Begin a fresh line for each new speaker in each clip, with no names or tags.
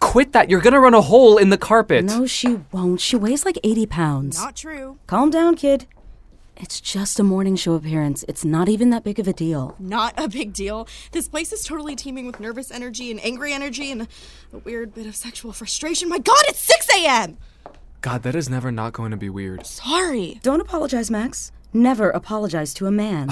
quit that. You're gonna run a hole in the carpet.
No, she won't. She weighs like 80 pounds.
Not true.
Calm down, kid. It's just a morning show appearance. It's not even that big of a deal.
Not a big deal. This place is totally teeming with nervous energy and angry energy and a weird bit of sexual frustration. My God, it's 6 a.m.
God, that is never not going to be weird.
Sorry.
Don't apologize, Max. Never apologize to a man.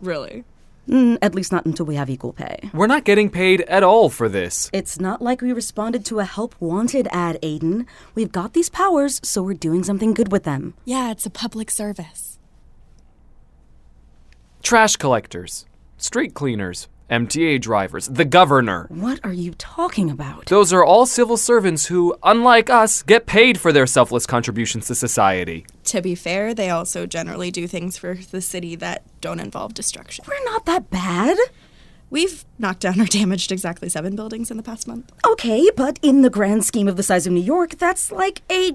Really?
Mm, at least not until we have equal pay.
We're not getting paid at all for this.
It's not like we responded to a help wanted ad, Aiden. We've got these powers, so we're doing something good with them.
Yeah, it's a public service.
Trash collectors, street cleaners, MTA drivers, the governor.
What are you talking about?
Those are all civil servants who, unlike us, get paid for their selfless contributions to society.
To be fair, they also generally do things for the city that don't involve destruction.
We're not that bad.
We've knocked down or damaged exactly seven buildings in the past month.
Okay, but in the grand scheme of the size of New York, that's like a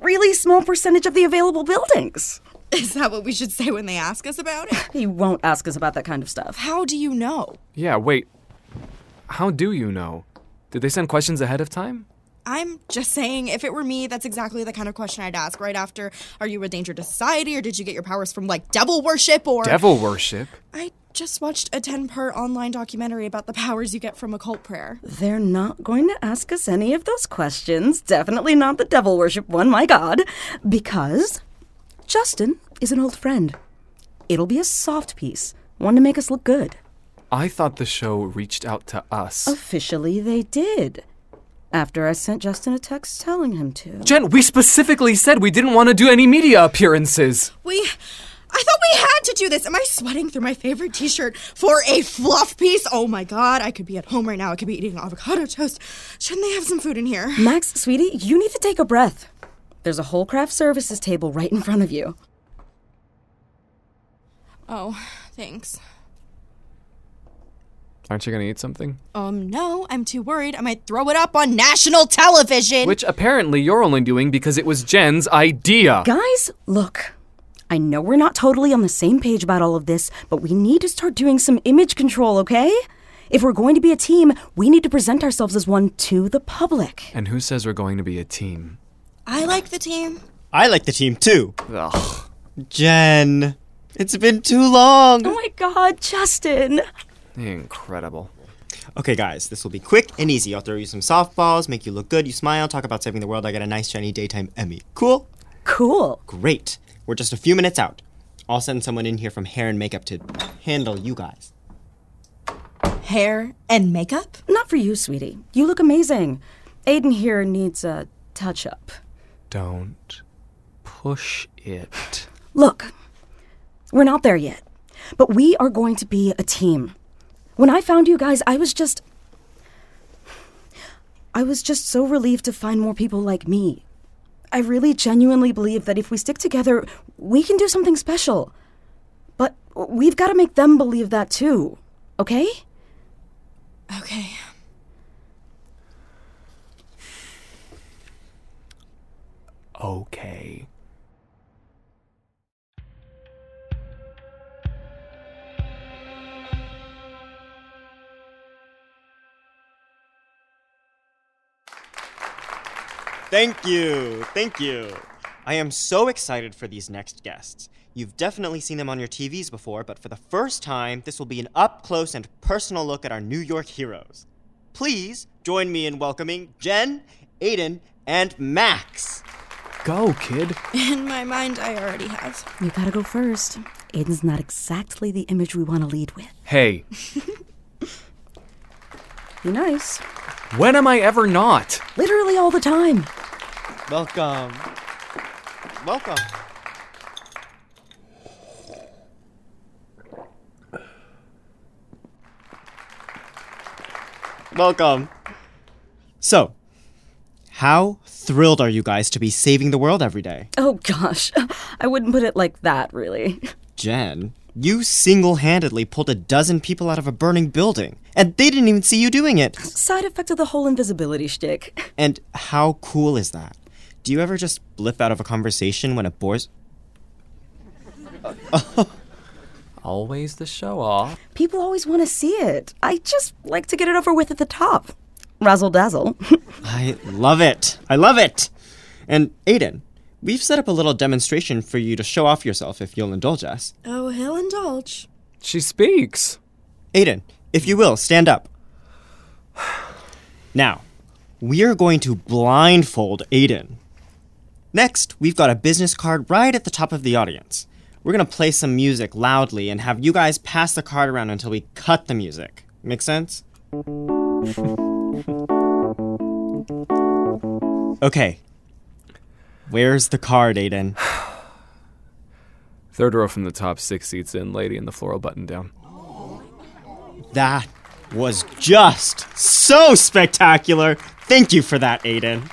really small percentage of the available buildings.
Is that what we should say when they ask us about it?
He won't ask us about that kind of stuff.
How do you know?
Yeah, wait. How do you know? Did they send questions ahead of time?
I'm just saying, if it were me, that's exactly the kind of question I'd ask right after Are you a danger to society, or did you get your powers from, like, devil worship, or.
Devil worship?
I just watched a 10 part online documentary about the powers you get from occult prayer.
They're not going to ask us any of those questions. Definitely not the devil worship one, my god. Because Justin is an old friend. It'll be a soft piece, one to make us look good.
I thought the show reached out to us.
Officially, they did. After I sent Justin a text telling him to.
Jen, we specifically said we didn't want to do any media appearances.
We. I thought we had to do this. Am I sweating through my favorite t shirt for a fluff piece? Oh my god, I could be at home right now. I could be eating avocado toast. Shouldn't they have some food in here?
Max, sweetie, you need to take a breath. There's a whole craft services table right in front of you.
Oh, thanks.
Aren't you gonna eat something?
Um, no, I'm too worried. I might throw it up on national television.
Which apparently you're only doing because it was Jen's idea.
Guys, look. I know we're not totally on the same page about all of this, but we need to start doing some image control, okay? If we're going to be a team, we need to present ourselves as one to the public.
And who says we're going to be a team?
I like the team.
I like the team too. Jen, it's been too long.
Oh my god, Justin!
Incredible.
Okay, guys, this will be quick and easy. I'll throw you some softballs, make you look good, you smile, talk about saving the world. I got a nice shiny daytime Emmy. Cool?
Cool.
Great. We're just a few minutes out. I'll send someone in here from hair and makeup to handle you guys.
Hair and makeup?
Not for you, sweetie. You look amazing. Aiden here needs a touch up.
Don't push it.
Look, we're not there yet, but we are going to be a team. When I found you guys, I was just. I was just so relieved to find more people like me. I really genuinely believe that if we stick together, we can do something special. But we've got to make them believe that too, okay?
Okay.
Okay.
Thank you. Thank you. I am so excited for these next guests. You've definitely seen them on your TVs before, but for the first time, this will be an up close and personal look at our New York heroes. Please join me in welcoming Jen, Aiden, and Max.
Go, kid.
In my mind, I already have.
You gotta go first. Aiden's not exactly the image we want to lead with.
Hey,
Be nice.
when am I ever not?
Literally all the time.
Welcome. Welcome. Welcome. So, how thrilled are you guys to be saving the world every day?
Oh gosh, I wouldn't put it like that, really.
Jen, you single handedly pulled a dozen people out of a burning building, and they didn't even see you doing it.
Side effect of the whole invisibility shtick.
And how cool is that? Do you ever just blip out of a conversation when it bores?
Always the show off.
People always want to see it. I just like to get it over with at the top. razzle dazzle.
I love it. I love it. And Aiden, we've set up a little demonstration for you to show off yourself if you'll indulge us.
Oh, he'll indulge.
She speaks.
Aiden, if you will, stand up. Now, we are going to blindfold Aiden. Next, we've got a business card right at the top of the audience. We're going to play some music loudly and have you guys pass the card around until we cut the music. Make sense? okay. Where's the card, Aiden?
Third row from the top, six seats in, lady in the floral button down.
That was just so spectacular. Thank you for that, Aiden.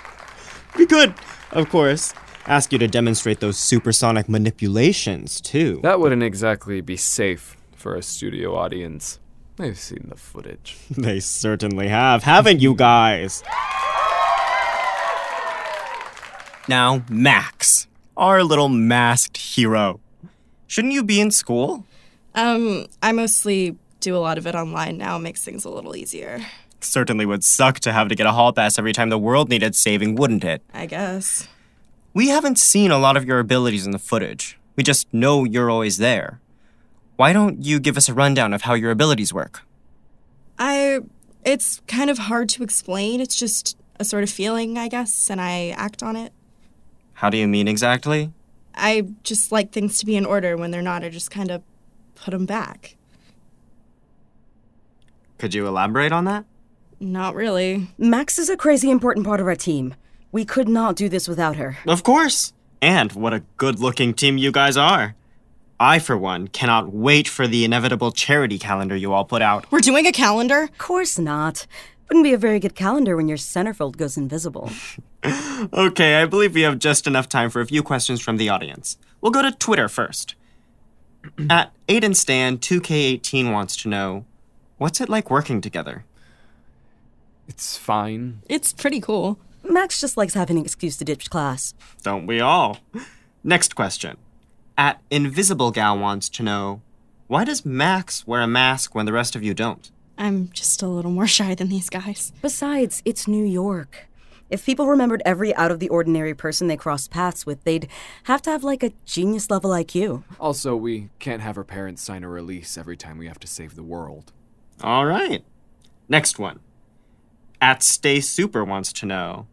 We could, of course, ask you to demonstrate those supersonic manipulations, too.
That wouldn't exactly be safe for a studio audience. They've seen the footage.
They certainly have, haven't you guys? Now, Max, our little masked hero. Shouldn't you be in school?
Um, I mostly do a lot of it online now, makes things a little easier,
Certainly would suck to have to get a hall pass every time the world needed saving, wouldn't it?
I guess.
We haven't seen a lot of your abilities in the footage. We just know you're always there. Why don't you give us a rundown of how your abilities work?
I it's kind of hard to explain. It's just a sort of feeling, I guess, and I act on it.
How do you mean exactly?
I just like things to be in order. When they're not, I just kind of put them back.
Could you elaborate on that?
Not really.
Max is a crazy important part of our team. We could not do this without her.
Of course. And what a
Good looking team you guys are.
I, for one, cannot wait for the inevitable charity calendar you all put out.
We're doing a calendar?
Of course not. Wouldn't be a very good calendar when your centerfold goes invisible.
Okay, I believe we have just enough time for a few questions from the audience. We'll go to Twitter first. At Aiden Stan 2K18 wants to know, what's it like working together?
It's fine.
It's pretty cool.
Max just likes having an excuse to ditch class.
Don't we all? Next question. At Invisible Gal wants to know, why does Max wear a mask when the rest of you don't?
I'm just a little more shy than these guys.
Besides, it's New York. If people remembered every out of the ordinary person they crossed paths with, they'd have to have like a genius level IQ.
Also, we can't have her parents sign a release every time we have to save the world.
All right. Next one. At Stay Super wants to know,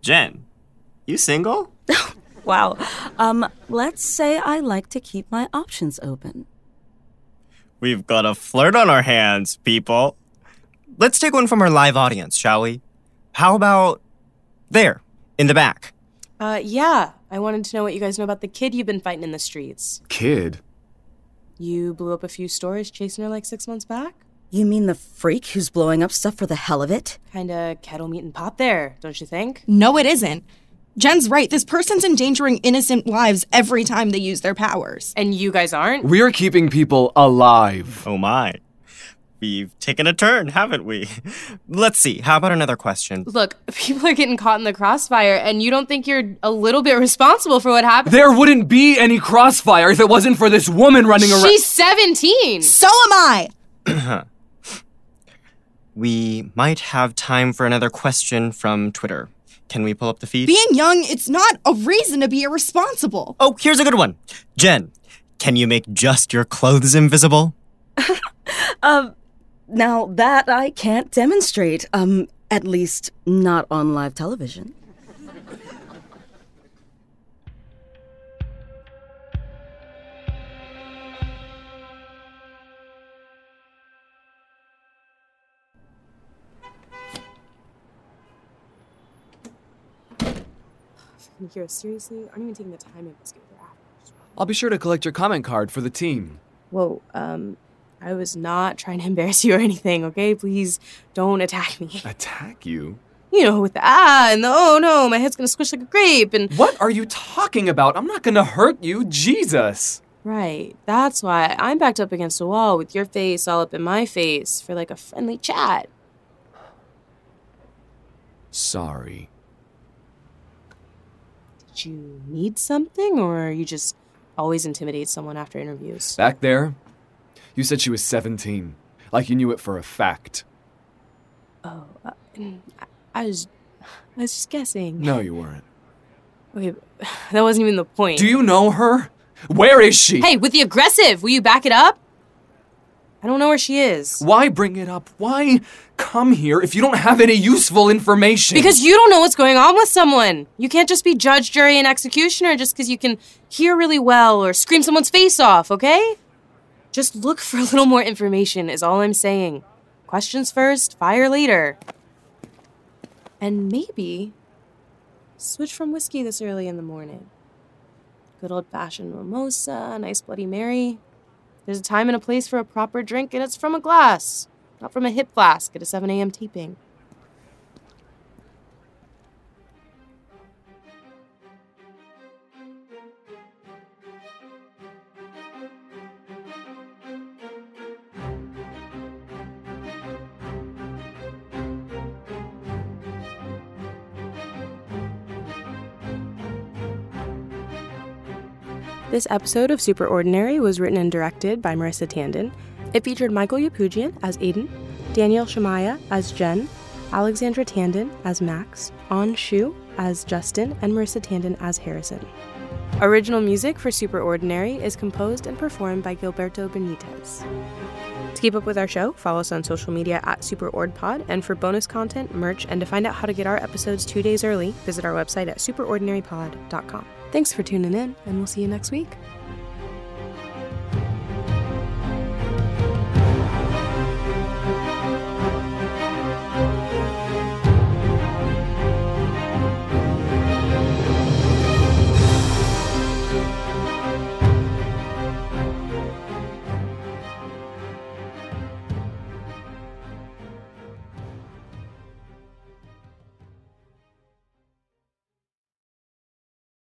Jen, you single?
Wow. Um, let's say I like to keep my options open.
We've got a flirt on our hands, people. Let's take one from our live audience, shall we? How about there, in the back?
Uh, yeah. I wanted to know what you guys know about the kid you've been fighting in the streets.
Kid?
You blew up a few stores chasing her like six months back?
You mean the freak who's blowing up stuff for the hell of it?
Kinda kettle meat and pot there, don't you think?
No, it isn't. Jen's right. This person's endangering innocent lives every time they use their powers.
And you guys aren't?
We're keeping people alive.
Oh my. We've taken a turn, haven't we? Let's see. How about another question?
Look, people are getting caught in the crossfire, and you don't think you're a little bit responsible for what happened?
There wouldn't be any crossfire if it wasn't for this woman running around.
She's 17!
So am I!
We might have time for another question from Twitter. Can we pull up the feed?
Being young, it's not a reason to be irresponsible.
oh, here's a good one. Jen, can you make just your clothes invisible?
Now, that I can't demonstrate. Um, at least not on live television.
Kira, seriously? Aren't even taking the time to investigate their after.
I'll be sure to collect your comment card for the team.
Whoa, um, I was not trying to embarrass you or anything, okay? Please don't attack me.
Attack you?
You know, with the ah and the oh no, my head's gonna squish like a grape and.
What are you talking about? I'm not gonna hurt you, Jesus.
Right, that's why I'm backed up against a wall with your face all up in my face for like a friendly chat.
Sorry.
Did you need something or you just always intimidate someone after interviews?
Back there, you said she was 17. Like you knew it for a fact.
Oh, uh, I I was, I was just guessing.
No, you weren't.
Okay, that wasn't even the point.
Do you know her? Where is she?
Hey, with the aggressive, will you back it up? I don't know where she is.
Why bring it up? Why come here if you don't have any useful information?
Because you don't know what's going on with someone. You can't just be judge, jury, and executioner just because you can hear really well or scream someone's face off, okay? Just look for a little more information, is all I'm saying. Questions first, fire later. And maybe switch from whiskey this early in the morning. Good old fashioned mimosa, nice Bloody Mary. There's a time and a place for a proper drink, and it's from a glass, not from a hip flask at a 7 a.m. taping. This episode of Super Ordinary was written and directed by Marissa Tandon. It featured Michael Yapugian as Aiden, Danielle Shamaya as Jen, Alexandra Tandon as Max, On Shu as Justin, and Marissa Tandon as Harrison. Original music for Super Ordinary is composed and performed by Gilberto Benitez. To keep up with our show, follow us on social media at SuperOrdPod, and for bonus content, merch, and to find out how to get our episodes two days early, visit our website at superordinarypod.com. Thanks for tuning in, and we'll see you next week.